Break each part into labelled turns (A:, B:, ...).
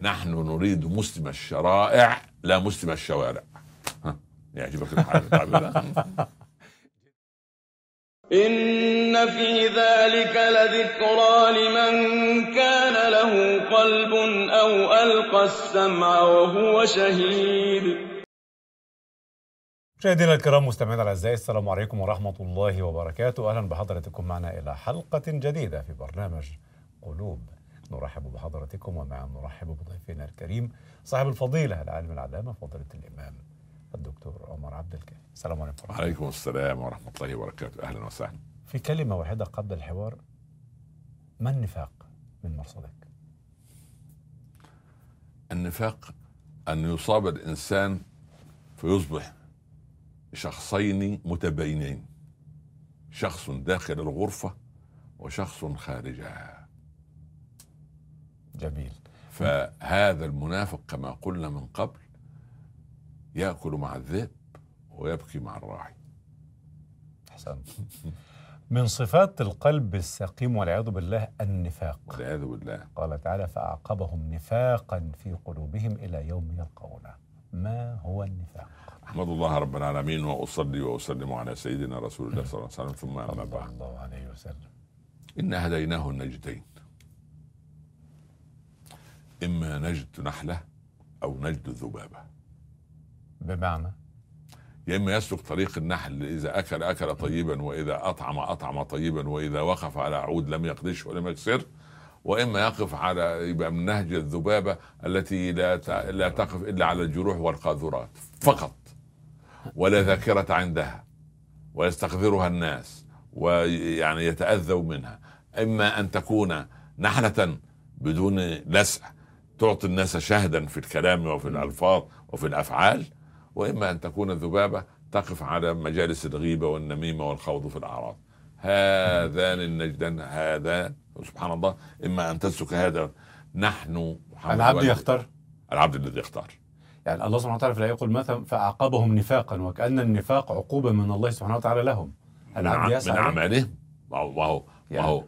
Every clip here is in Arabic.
A: نحن نريد مسلم الشرائع لا مسلم الشوارع ها، يعجبك الحال التعبير ده؟
B: إن في ذلك لذكرى لمن كان له قلب أو ألقى السمع وهو شهيد
C: مشاهدينا الكرام مستمعينا الاعزاء السلام عليكم ورحمه الله وبركاته اهلا بحضراتكم معنا الى حلقه جديده في برنامج قلوب نرحب بحضراتكم ومع نرحب بضيفنا الكريم صاحب الفضيله العالم العلامه فضيله الامام الدكتور عمر عبد الكافي السلام عليكم ورحمه الله
A: وعليكم السلام ورحمه الله وبركاته اهلا وسهلا
C: في كلمه واحده قبل الحوار ما النفاق من مرصدك
A: النفاق ان يصاب الانسان فيصبح شخصين متباينين شخص داخل الغرفه وشخص خارجها
C: جميل
A: فهذا المنافق كما قلنا من قبل ياكل مع الذئب ويبكي مع الراعي
C: احسنت من صفات القلب السقيم والعياذ بالله النفاق
A: والعياذ بالله
C: قال تعالى فأعقبهم نفاقا في قلوبهم إلى يوم يلقونه ما هو النفاق
A: احمد الله رب العالمين واصلي واسلم على سيدنا رسول الله صلى الله عليه وسلم ثم اما
C: صلى
A: بعد
C: الله عليه وسلم
A: انا هديناه النجدين اما نجد نحله او نجد ذبابه
C: بمعنى
A: يا اما يسلك طريق النحل اذا اكل اكل طيبا واذا اطعم اطعم طيبا واذا وقف على عود لم يقدش ولم يكسر واما يقف على يبقى من نهج الذبابه التي لا ت- لا تقف الا على الجروح والقاذورات فقط ولا ذاكره عندها ويستقذرها الناس ويعني يتاذوا منها اما ان تكون نحله بدون لسع تعطي الناس شهدا في الكلام وفي الالفاظ وفي الافعال واما ان تكون الذبابه تقف على مجالس الغيبه والنميمه والخوض في الاعراض. هذان النجدان هذان سبحان الله اما ان تسلك هذا نحن محمد
C: العبد
A: والد-
C: يختار
A: العبد الذي يختار
C: يعني الله سبحانه وتعالى في الآية يقول مثلا فأعقبهم نفاقا وكأن النفاق عقوبة من الله سبحانه وتعالى لهم العبد
A: من
C: يسعى
A: اعمالهم وهو وهو
C: يعني.
A: وهو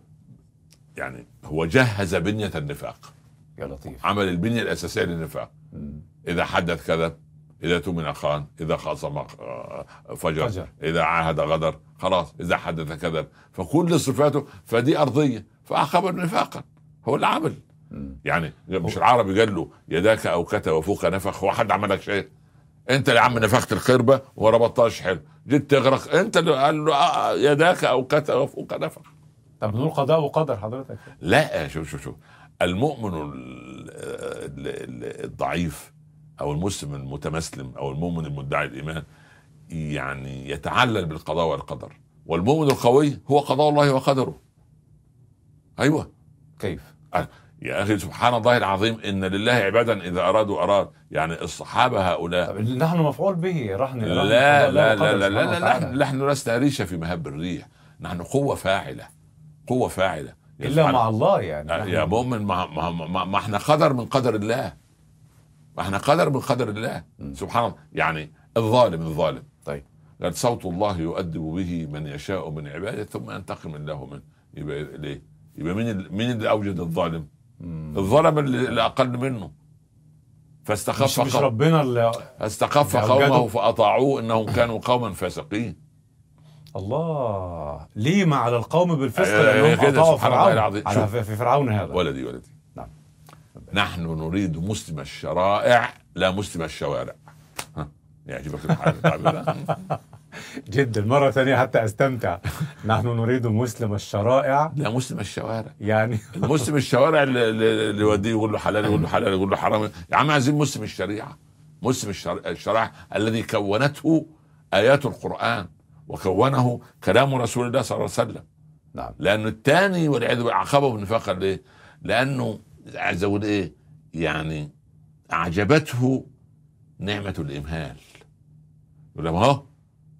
A: يعني هو جهز بنيه النفاق
C: يا لطيف
A: عمل البنيه الاساسيه للنفاق
C: مم.
A: اذا حدث كذب اذا تمن خان اذا خاصم آه، فجر,
C: فجر.
A: فجر اذا عاهد غدر خلاص اذا حدث كذب فكل صفاته فدي ارضيه فاخبر نفاقا هو اللي عمل
C: مم.
A: يعني مش العربي قال له يداك اوكت وفوق نفخ هو حد عمل لك شيء انت اللي عم نفخت الخربه وربطتهاش حلو جيت تغرق انت اللي قال له آه، يداك اوكت وفوق نفخ
C: طب نقول قضاء وقدر حضرتك
A: لا شوف شوف شوف المؤمن ال- ال- ال- الضعيف او المسلم المتمسلم او المؤمن المدعي الايمان يعني يتعلل بالقضاء والقدر والمؤمن القوي هو قضاء الله وقدره ايوه
C: كيف
A: يا اخي سبحان الله العظيم ان لله عبادا اذا ارادوا اراد يعني الصحابه هؤلاء
C: طب نحن مفعول به رهن
A: لا
C: رهن
A: لا
C: قضاء الله
A: لا
C: وقدر
A: لا لا,
C: سبحانه
A: لا,
C: وتعالى.
A: لا نحن لسنا ريشه في مهب الريح نحن قوه فاعله قوه فاعله
C: إلا مع الله يعني
A: آه،
C: نحن-
A: يا مؤمن ما, ما, ما, ما احنا قدر من قدر الله ما احنا قدر من قدر الله سبحان الله يعني الظالم الظالم
C: طيب
A: قال صوت الله يؤدب به من يشاء من عباده ثم ينتقم الله منه يبقى ليه؟ يبقى مين ال- مين اللي اوجد الظالم؟ الظلم اللي اللي اقل منه
C: مش,
A: فاستخف
C: مش
A: قوم-
C: ربنا اللي
A: فاستخف
C: اللي أوجده.
A: قومه فاطاعوه انهم كانوا قوما فاسقين
C: الله ليه مع على القوم بالفسق
A: أيوة، أيوة،
C: لانهم
A: كده،
C: اطاعوا
A: سبحان الله
C: فرعون
A: العظيم.
C: على
A: شوف.
C: في في فرعون هذا
A: ولدي ولدي
C: نعم.
A: نحن نريد مسلم الشرائع لا مسلم الشوارع ها، يعجبك الحال طيب. التعبير ده؟
C: جدا مرة ثانية حتى استمتع نحن نريد مسلم الشرائع
A: لا مسلم الشوارع
C: يعني
A: مسلم الشوارع اللي- اللي اللي يوديه يقول له حلال يقول له حلال يقول له حرام يا عم عايزين مسلم الشريعه مسلم الشر- الشرائع الذي كونته ايات القران وكونه كلام رسول الله صلى الله عليه وسلم
C: نعم
A: لانه الثاني والعياذ بالله عقبه بالنفاق ليه؟ لانه عايز اقول ايه؟ يعني اعجبته نعمه الامهال. يقول لهم اهو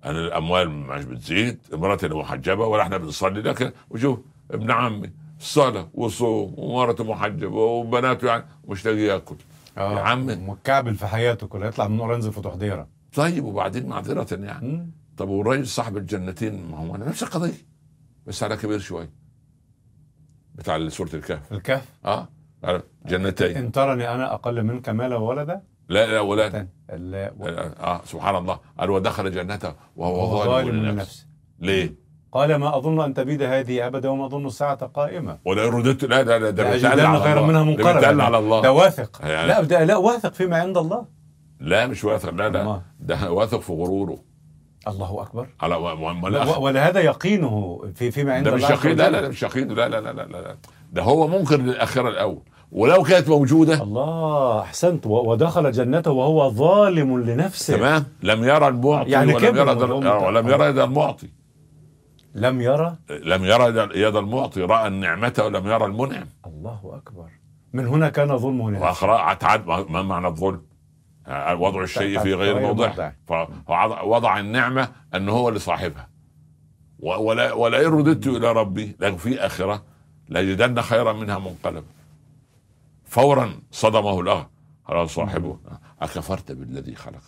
A: انا الاموال مش بتزيد، امراتي انا محجبه ولا احنا بنصلي لكن وشوف ابن عمي صلاه وصوم ومراته محجبه وبناته يعني مش لاقي ياكل.
C: آه.
A: يا عم
C: متكعبل في حياته كله يطلع من اورنز فتح ديره
A: طيب وبعدين معذره يعني. طب والراجل صاحب الجنتين ما هو نفس القضيه بس على كبير شويه. بتاع سوره الكهف.
C: الكهف
A: اه عارف؟ جنتين
C: إن ترني أنا أقل منك مالا وولدا
A: لا لا ولا
C: تاني. لا و-
A: اه سبحان الله قال ودخل جنته وهو
C: وهو ظالم
A: لنفسه
C: لنفسه
A: ليه؟
C: قال ما أظن أن تبيد هذه أبدا وما أظن الساعة قائمة
A: ولا رددت لا لا لا ده بيتقال
C: لأجدن
A: على
C: خيرا
A: الله.
C: منها
A: ده
C: منقلبا
A: بيتقال على الله
C: ده واثق
A: يعني-
C: لا ده لا واثق فيما عند الله
A: لا مش واثق لا لا
C: الله.
A: ده واثق في غروره
C: الله أكبر
A: على امال
C: و-
A: الأخ-
C: ولهذا يقينه في فيما عند
A: ده مش
C: الله عز
A: يقين لا لا
C: وجل.
A: ده مش يقين لا لا لا لا لا ده هو منكر للاخره الاول ولو كانت موجوده
C: الله احسنت و- ودخل جنته وهو ظالم لنفسه
A: تمام لم يرى المعطي
C: إيه. يعني
A: ولم
C: كبر
A: يرى در...
C: والله.
A: ولم يرى يد المعطي
C: لم يرى
A: لم يرى يد- يد المعطي راى النعمه ولم يرى المنعم
C: الله اكبر من هنا كان ظلمه لنفسه
A: واخرى اتعد ما معنى الظلم؟ آه، وضع الشيء في غير
C: غير
A: موضعه
C: موضعه.
A: فوضع النعمه ان هو لصاحبها و- ولا ولئن رددت الى ربي لو في اخره لاجدن خيرا منها منقلبا فورا صدمه الاخر قال صاحبه اكفرت بالذي خلقك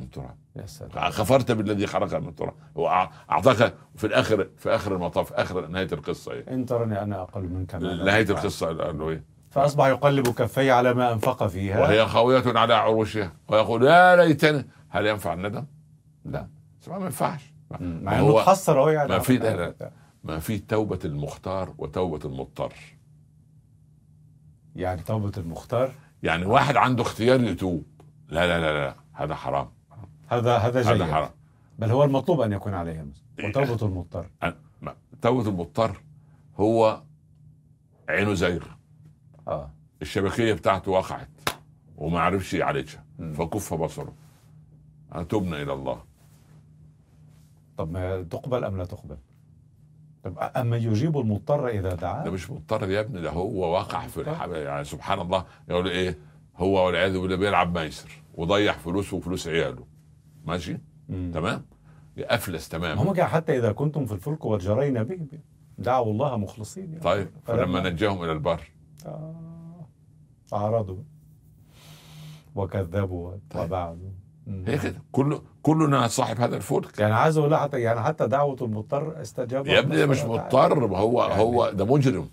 A: من تراب
C: يا سلام
A: كفرت بالذي خلقك من تراب هو أع- اعطاك في الاخر في اخر المطاف اخر نهايه القصه ايه
C: ان ترني انا اقل منك مالا
A: نهايه القصه قال له ايه
C: فاصبح يقلب كفيه على ما انفق فيها
A: وهي خاوية على عروشها ويقول يا ليتني هل ينفع الندم؟ لا طبعا ما ينفعش
C: مع
A: هو-
C: انه اتحسر اهو يعني
A: ما في- لا، لا. ما في توبة المختار وتوبة المضطر
C: يعني توبه المختار
A: يعني واحد عنده اختيار يتوب لا لا لا لا هذا حرام
C: هذا هذا جيد
A: هذا حرام
C: بل هو المطلوب ان يكون عليه المس-
A: إيه.
C: وتوبه المضطر
A: ما- توبة المضطر هو عينه زيغ
C: اه
A: الشبكية بتاعته وقعت وما عرفش يعالجها
C: مم.
A: فكف بصره تبنا إلى الله
C: طب ما تقبل ام لا تقبل طب اما يجيب المضطر اذا
A: ده
C: دعاه
A: مش مضطر يا ابني ده هو وقع في الحب يعني سبحان الله يقول ايه هو والعياذ بالله بيلعب ميسر وضيع فلوسه وفلوس عياله ماشي
C: مم.
A: تمام افلس تماما
C: هم كان حتى اذا كنتم في الفلك وجرينا بهم دعوا الله مخلصين يعني.
A: طيب فلما نجاهم الى البر
C: آه. اعرضوا وكذبوا
A: طيب. إيه
C: وبعدوا مم.
A: هي كده كله كلنا صاحب هذا الفلك
C: يعني عايز اقول لها حتى يعني حتى دعوه المضطر يعني استجاب
A: يا ابني ده
C: الله
A: مش
C: سبحانه
A: مضطر ما هو
C: يعني-
A: هو ده مجرم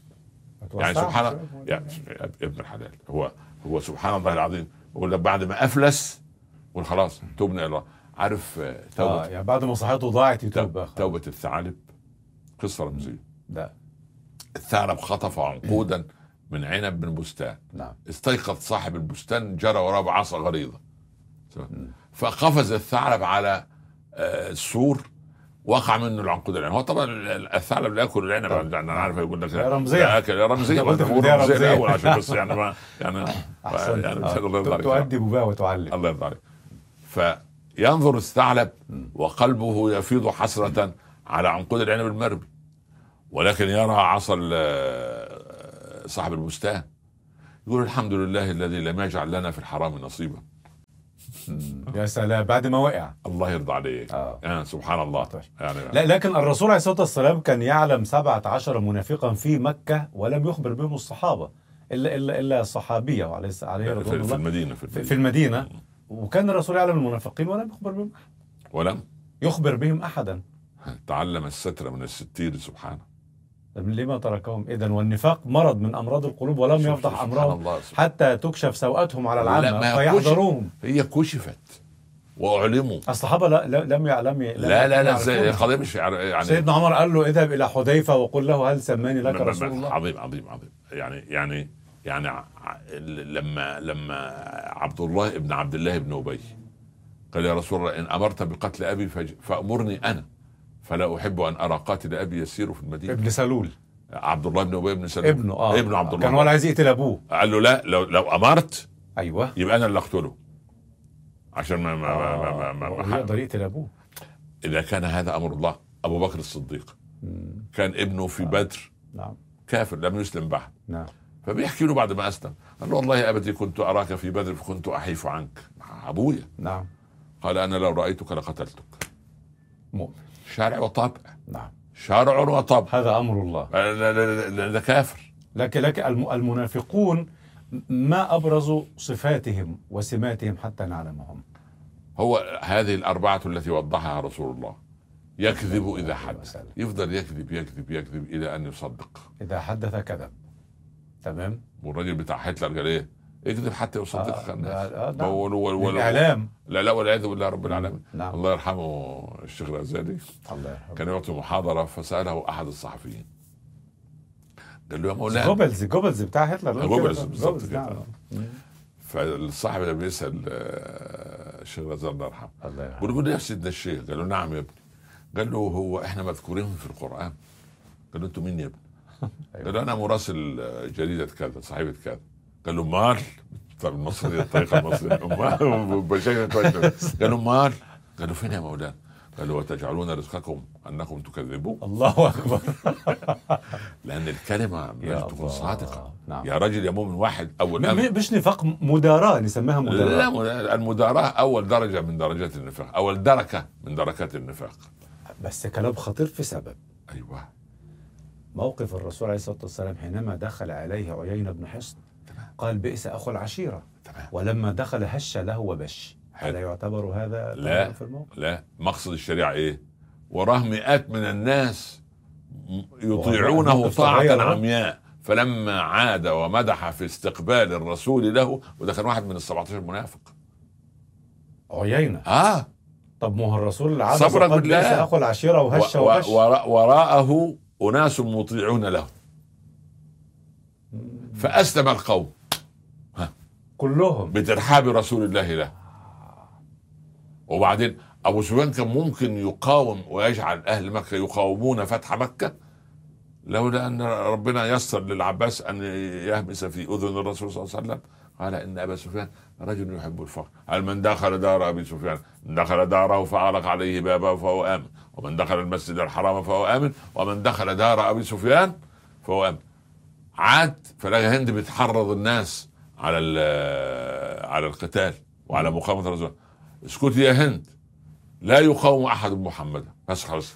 C: وتعالى.
A: يعني سبحان الله
C: متوسعش.
A: يعني يا ابن الحلال هو هو سبحان الله العظيم يقول لك بعد ما افلس يقول خلاص تبنا الى الله عارف آه،
C: اه
A: توبه
C: يعني بعد ما صحته ضاعت يتوب
A: توبه,
C: بقى.
A: توبة الثعالب قصه رمزيه
C: لا
A: الثعلب خطف عنقودا من عنب من بستان
C: نعم
A: استيقظ صاحب البستان جرى وراه بعصا غليظة فقفز الثعلب على آه، السور وقع منه العنقود العنب هو طبعا الثعلب لا ياكل العنب انا عارف يقول لك لا-
C: رمزية.
A: لا اكل يا رمزيه
C: أنا قلت
A: بقول
C: في البداية
A: رمزيه
C: رمزية.
A: الاول عشان بس يعني ما يعني
C: احسنت
A: يعني
C: آه.
A: الله يرضى عليك
C: تؤدب بها وتعلم
A: الله يرضى عليك فينظر الثعلب وقلبه يفيض حسرة على عنقود العنب المربي ولكن يرى عصا ال- صاحب البستان يقول الحمد لله الذي لم يجعل لنا في الحرام نصيبا
C: يا سلام بعد ما وقع
A: الله يرضى عليك
C: آه.
A: يعني سبحان الله
C: طيب.
A: يعني
C: لا لكن الرسول عليه الصلاه والسلام كان يعلم 17 منافقا في مكه ولم يخبر بهم الصحابه الا الا الا الصحابيه وعليه عليه
A: في,
C: رضوان
A: في
C: الله
A: المدينة في
C: في في
A: المدينة
C: المدينه وكان الرسول يعلم المنافقين ولم يخبر بهم أحد.
A: ولم
C: يخبر بهم احدا
A: تعلم الستر من الستير سبحانه
C: طب لما تركهم اذا والنفاق مرض من امراض القلوب ولم
A: شوف-
C: يفضح
A: سبحان
C: امرهم
A: الله سبحان
C: حتى تكشف سوءاتهم على
A: لا،
C: العامه
A: ما يكوش.
C: فيحذروهم
A: هي كشفت وأعلموا
C: الصحابه لا لا- لم يعلم
A: لا لا لا
C: يعرفون.
A: ازاي القضية مش يعر- يعني
C: سيدنا عمر قال له اذهب الى حذيفه وقل له هل سماني لك
A: ما- ما-
C: رسول
A: ما-
C: الله
A: عظيم عظيم عظيم يعني يعني يعني ع- ع- لما لما عبد الله ابن عبد الله بن ابي قال يا رسول الله ان امرت بقتل ابي فج- فامرني انا فلا احب ان ارى قاتل ابي يسير في المدينه
C: ابن سلول
A: عبد الله بن ابي بن سلول
C: ابنه اه
A: ابنه عبد
C: كان ولا
A: الله
C: عايز يقتل ابوه
A: قال له لا لو لو امرت
C: ايوه
A: يبقى انا اللي اقتله عشان ما ما ما ما, ما, ما, ما,
C: آه، يقدر يقتل ابوه
A: اذا كان هذا امر الله ابو بكر الصديق
C: مم،
A: كان ابنه في بدر
C: نعم
A: كافر لم يسلم بعد
C: نعم
A: فبيحكي له بعد ما اسلم قال له والله يا ابتي كنت اراك في بدر فكنت احيف عنك مع ابويا
C: نعم
A: قال انا لو رايتك لقتلتك
C: مؤمن
A: شرع وطبع
C: نعم
A: شرع وطبع
C: هذا امر الله
A: لا- لا- لا- لا- ده كافر
C: لكن لك الم- المنافقون ما ابرز صفاتهم وسماتهم حتى نعلمهم
A: هو هذه الاربعه التي وضحها رسول الله يكذب اذا حدث يفضل يكذب يكذب يكذب الى ان يصدق
C: اذا حدث كذب تمام
A: والراجل بتاع هتلر قال ايه؟ اكذب حتى يصدقك
C: آه،
A: الناس
C: آه، آه، نعم.
A: وال- وال- وال-
C: الإعلام.
A: لا لا والعياذ بالله رب العالمين
C: نعم.
A: الله يرحمه الشيخ الغزالي
C: الله يرحمه
A: كان يعطي محاضره فساله احد الصحفيين قال له يا مولانا
C: جوبلز جوبلز بتاع هتلر لا
A: جوبلز
C: كده.
A: آه، بالظبط كده.
C: نعم.
A: فالصاحب ده بيسال آه، الشيخ الغزالي الله يرحمه
C: الله يرحمه
A: بيقول له يا سيدنا الشيخ قال له نعم يا ابني قال له هو احنا مذكورين في القران قال له انتوا مين يا ابني؟
C: أيوة.
A: قال له انا مراسل جريده كذا صحيفه كذا قال له مال طب المصري الطريقه المصريه أمال؟ بشكل كويس قال له مال قال له فين يا مولانا؟ قال له وتجعلون رزقكم انكم تكذبون
C: الله اكبر
A: لان الكلمه من
C: يا
A: أجل تكون
C: الله.
A: صادقه
C: نعم.
A: يا رجل يا مؤمن واحد اول
C: م- م- مش نفاق مداراة نسميها
A: لا
C: مداراة
A: لا، المداراة أول درجة من درجات النفاق أول دركة من دركات النفاق
C: بس كلام خطير في سبب
A: أيوة
C: موقف الرسول عليه الصلاه والسلام حينما دخل عليه عيينه بن حصن قال بئس اخو العشيره
A: تمام.
C: ولما دخل هش له وبش
A: حلو.
C: هل يعتبر هذا
A: لا.
C: في الموقف
A: لا مقصد الشريعة إيه وراه مئات من الناس م- يطيعونه
C: موقف
A: طاعة
C: صغير.
A: عمياء فلما عاد ومدح في استقبال الرسول له وده كان واحد من ال 17 منافق
C: عيينه
A: اه
C: طب ما هو الرسول عبس
A: صبرا
C: قال
A: بالله.
C: بئس اخو العشيره
A: و-
C: وهش
A: و-
C: وبش
A: ورا- وراءه أناس مطيعون له فأسلم القوم
C: كلهم
A: بترحاب رسول الله له وبعدين ابو سفيان كان ممكن يقاوم ويجعل اهل مكه يقاومون فتح مكه لولا ان ربنا يسر للعباس ان يهمس في اذن الرسول صلى الله عليه وسلم قال ان ابا سفيان رجل يحب الفقر هل من دخل دار ابي سفيان من دخل داره فاغلق عليه بابه فهو امن ومن دخل المسجد الحرام فهو امن ومن دخل دار ابي سفيان فهو امن عاد فلقى هند بتحرض الناس على ال- على القتال وعلى مقاومه الرسول اسكتي يا هند لا يقاوم احد محمدا بس خلاص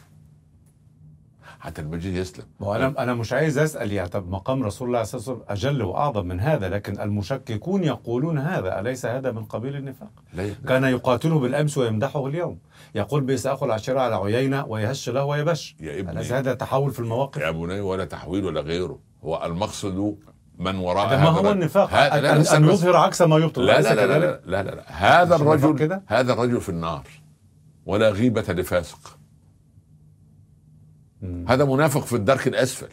A: حتى المجيد يسلم
C: ما هو انا انا مش عايز اسال يعني طب مقام رسول الله صلى الله عليه وسلم اجل واعظم من هذا لكن المشككون يقولون هذا اليس هذا من قبيل النفاق؟
A: لا يقدر.
C: كان يقاتله بالامس ويمدحه اليوم يقول بئس اخو العشيره على عيينه ويهش له ويبش
A: يا ابني.
C: اليس هذا تحول في المواقف؟
A: يا بني ولا تحويل ولا غيره هو المقصد من وراء
C: هذا ما
A: هذا
C: هو
A: الرجل.
C: النفاق
A: هذا- لا،
C: ان,
A: لا،
C: أن
A: بس-
C: يظهر عكس ما يبطل
A: لا
C: أليس
A: لا لا, لا
C: كذلك؟
A: لا لا لا هذا
C: مش النفاق
A: الرجل
C: كده؟
A: هذا الرجل في النار ولا غيبة لفاسق
C: مم.
A: هذا منافق في الدرك الأسفل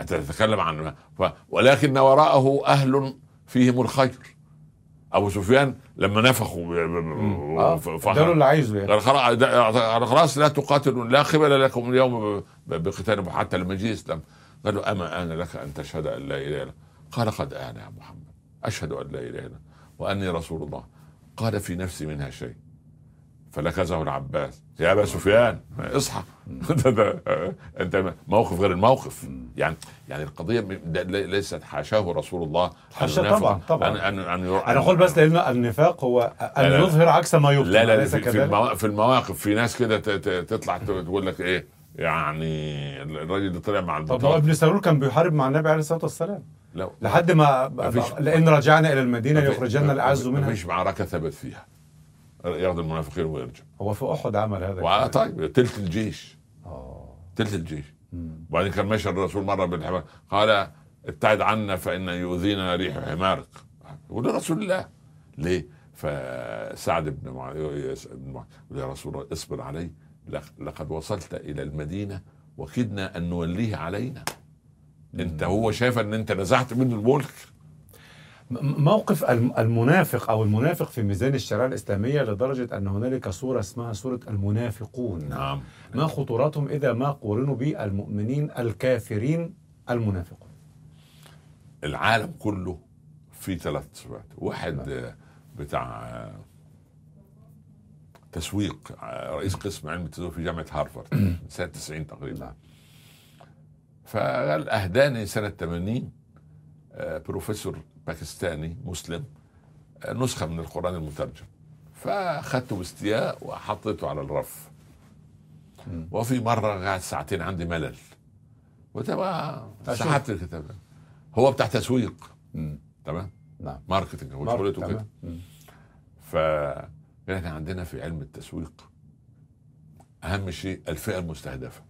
A: أنت تتكلم عن ف... ولكن وراءه أهل فيهم الخير أبو سفيان لما نفخوا ب- ب- ب-
C: آه،
A: ف-
C: ده
A: فخر.
C: اللي عايزه يعني
A: قال خلاص ده- خلاص لا تقاتلوا لا قبل لكم اليوم ب- ب- بقتال حتى لما جه اسلام قال له اما انا لك ان تشهد ان لا اله الا قال قد انا يا محمد اشهد ان لا اله الا الله واني رسول الله قال في نفسي منها شيء فلكزه العباس يا ابا سفيان اصحى ده- ده- انت موقف غير الموقف يعني يعني القضيه م- ده لي- ليست حاشاه رسول الله أن
C: حاشا
A: ينافق-
C: طبعا، طبعا.
A: أن أن أن
C: انا اقول بس لان النفاق هو ان
A: لا.
C: يظهر عكس ما يبطل
A: لا لا لا
C: أليس
A: في, في,
C: كذلك؟
A: الموا... في المواقف في ناس كده ت- ت- تطلع ت- تقول لك ايه يعني الراجل اللي طلع مع
C: طب هو
A: البطاقة
C: ابن سلول كان بيحارب مع النبي عليه الصلاه والسلام
A: لا
C: لحد ما
A: مفيش-
C: لان رجعنا الى المدينه
A: مفيش-
C: يخرجنا الاعز منها
A: مفيش معركه ثبت فيها ياخد المنافقين ويرجع
C: هو في احد عمل هذا
A: وع-
C: الكلام.
A: طيب تلت الجيش
C: آه.
A: تلت الجيش
C: مم.
A: وبعدين كان ماشي الرسول مره بالحمار قال ابتعد عنا فان يؤذينا ريح حمارك يقول له رسول الله ليه؟ فسعد بن معاذ بن معاذ يقول يا رسول الله اصبر علي لق- لقد وصلت الى المدينه وكدنا ان نوليه علينا انت هو شايف ان انت نزعت منه الملك
C: م- موقف الم- المنافق او المنافق في ميزان الشريعه الاسلاميه لدرجه ان هنالك سوره اسمها سوره المنافقون
A: نعم
C: ما خطورتهم اذا ما قورنوا بالمؤمنين الكافرين المنافقون
A: العالم كله فيه ثلاث صفات واحد
C: نعم.
A: آه، بتاع آه، تسويق آه، رئيس قسم علم التسويق في جامعه هارفارد من سنه 90
C: نعم.
A: تقريبا فقال اهداني سنه 80 آه، بروفيسور باكستاني مسلم آه، نسخه من القران المترجم فاخذته باستياء وحطيته على الرف
C: مم.
A: وفي مره قعد ساعتين عندي ملل وتبقى
C: أشوف.
A: سحبت الكتاب ده. هو بتاع تسويق تمام
C: نعم
A: ماركتنج هو
C: مر-
A: شغلته كده
C: تمام. مم.
A: ف احنا عندنا في علم التسويق اهم شيء الفئه المستهدفه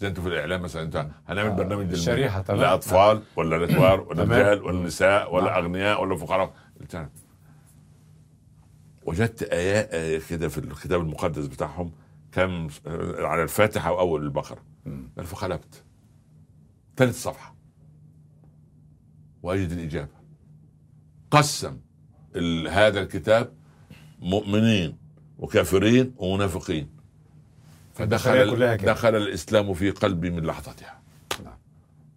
A: زي انتوا في الاعلام مثلا انت هنعمل
C: آه،
A: برنامج
C: شريحة، تمام. نعم.
A: لاطفال ولا لكبار ولا
C: تمام.
A: رجال ولا نساء ولا
C: نعم.
A: اغنياء ولا فقراء بتاع. وجدت ايات آية كده في الكتاب المقدس بتاعهم كم على الفاتحه واول البقره قال فقلبت ثالث صفحه واجد الاجابه قسم ال- هذا الكتاب مؤمنين وكافرين ومنافقين
C: البشرية كلها
A: فدخل
C: كده.
A: دخل الاسلام في قلبي من لحظتها
C: نعم.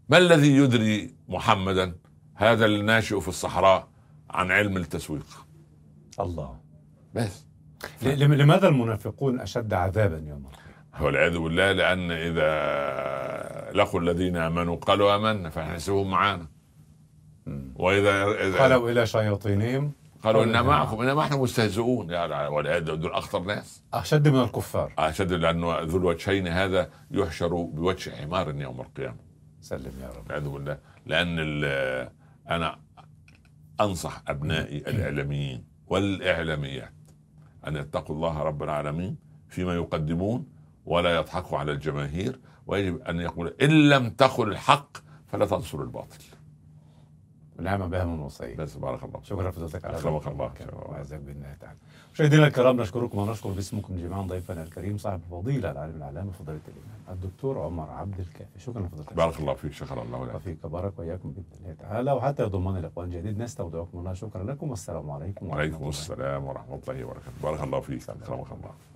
A: ما الذي يدري محمدا هذا الناشئ في الصحراء عن علم التسويق
C: الله
A: بس
C: ل- لم- لماذا المنافقون اشد عذابا يوم القيامه؟
A: والعياذ بالله لان اذا لقوا الذين امنوا قالوا امنا فاحسبهم معانا واذا إذا-
C: خلوا الى شياطينهم
A: قالوا انا معكم انما احنا مستهزئون يعني والعياذ دول اخطر ناس
C: اشد من الكفار
A: اشد لانه ذو الوجهين هذا يحشر بوجه حمار يوم القيامه
C: سلم يا رب
A: والعياذ بالله لان ال- انا انصح ابنائي الاعلاميين والاعلاميات ان يتقوا الله رب العالمين فيما يقدمون ولا يضحكوا على الجماهير ويجب ان يقول ان لم تقل الحق فلا تنصر الباطل
C: ونعم نعم بها من وصيه
A: بس بارك الله فيك.
C: شكرا لفضيلتك على
A: أكرمك
C: ذوقك
A: الله.
C: الكريم وأعزك بالله تعالى مشاهدينا الكرام نشكركم ونشكر باسمكم جميعا ضيفنا الكريم صاحب الفضيله العالم العلامه فضيله الامام الدكتور عمر عبد الكافي شكرا لفضيلتك
A: بارك الله فيك شكرا الله لك
C: وفيك بارك واياكم باذن الله تعالى وحتى يضمنا لقاء جديد نستودعكم الله شكرا لكم والسلام عليكم ورحمة
A: وعليكم
C: الله.
A: السلام ورحمه الله وبركاته بارك الله فيك اكرمك الله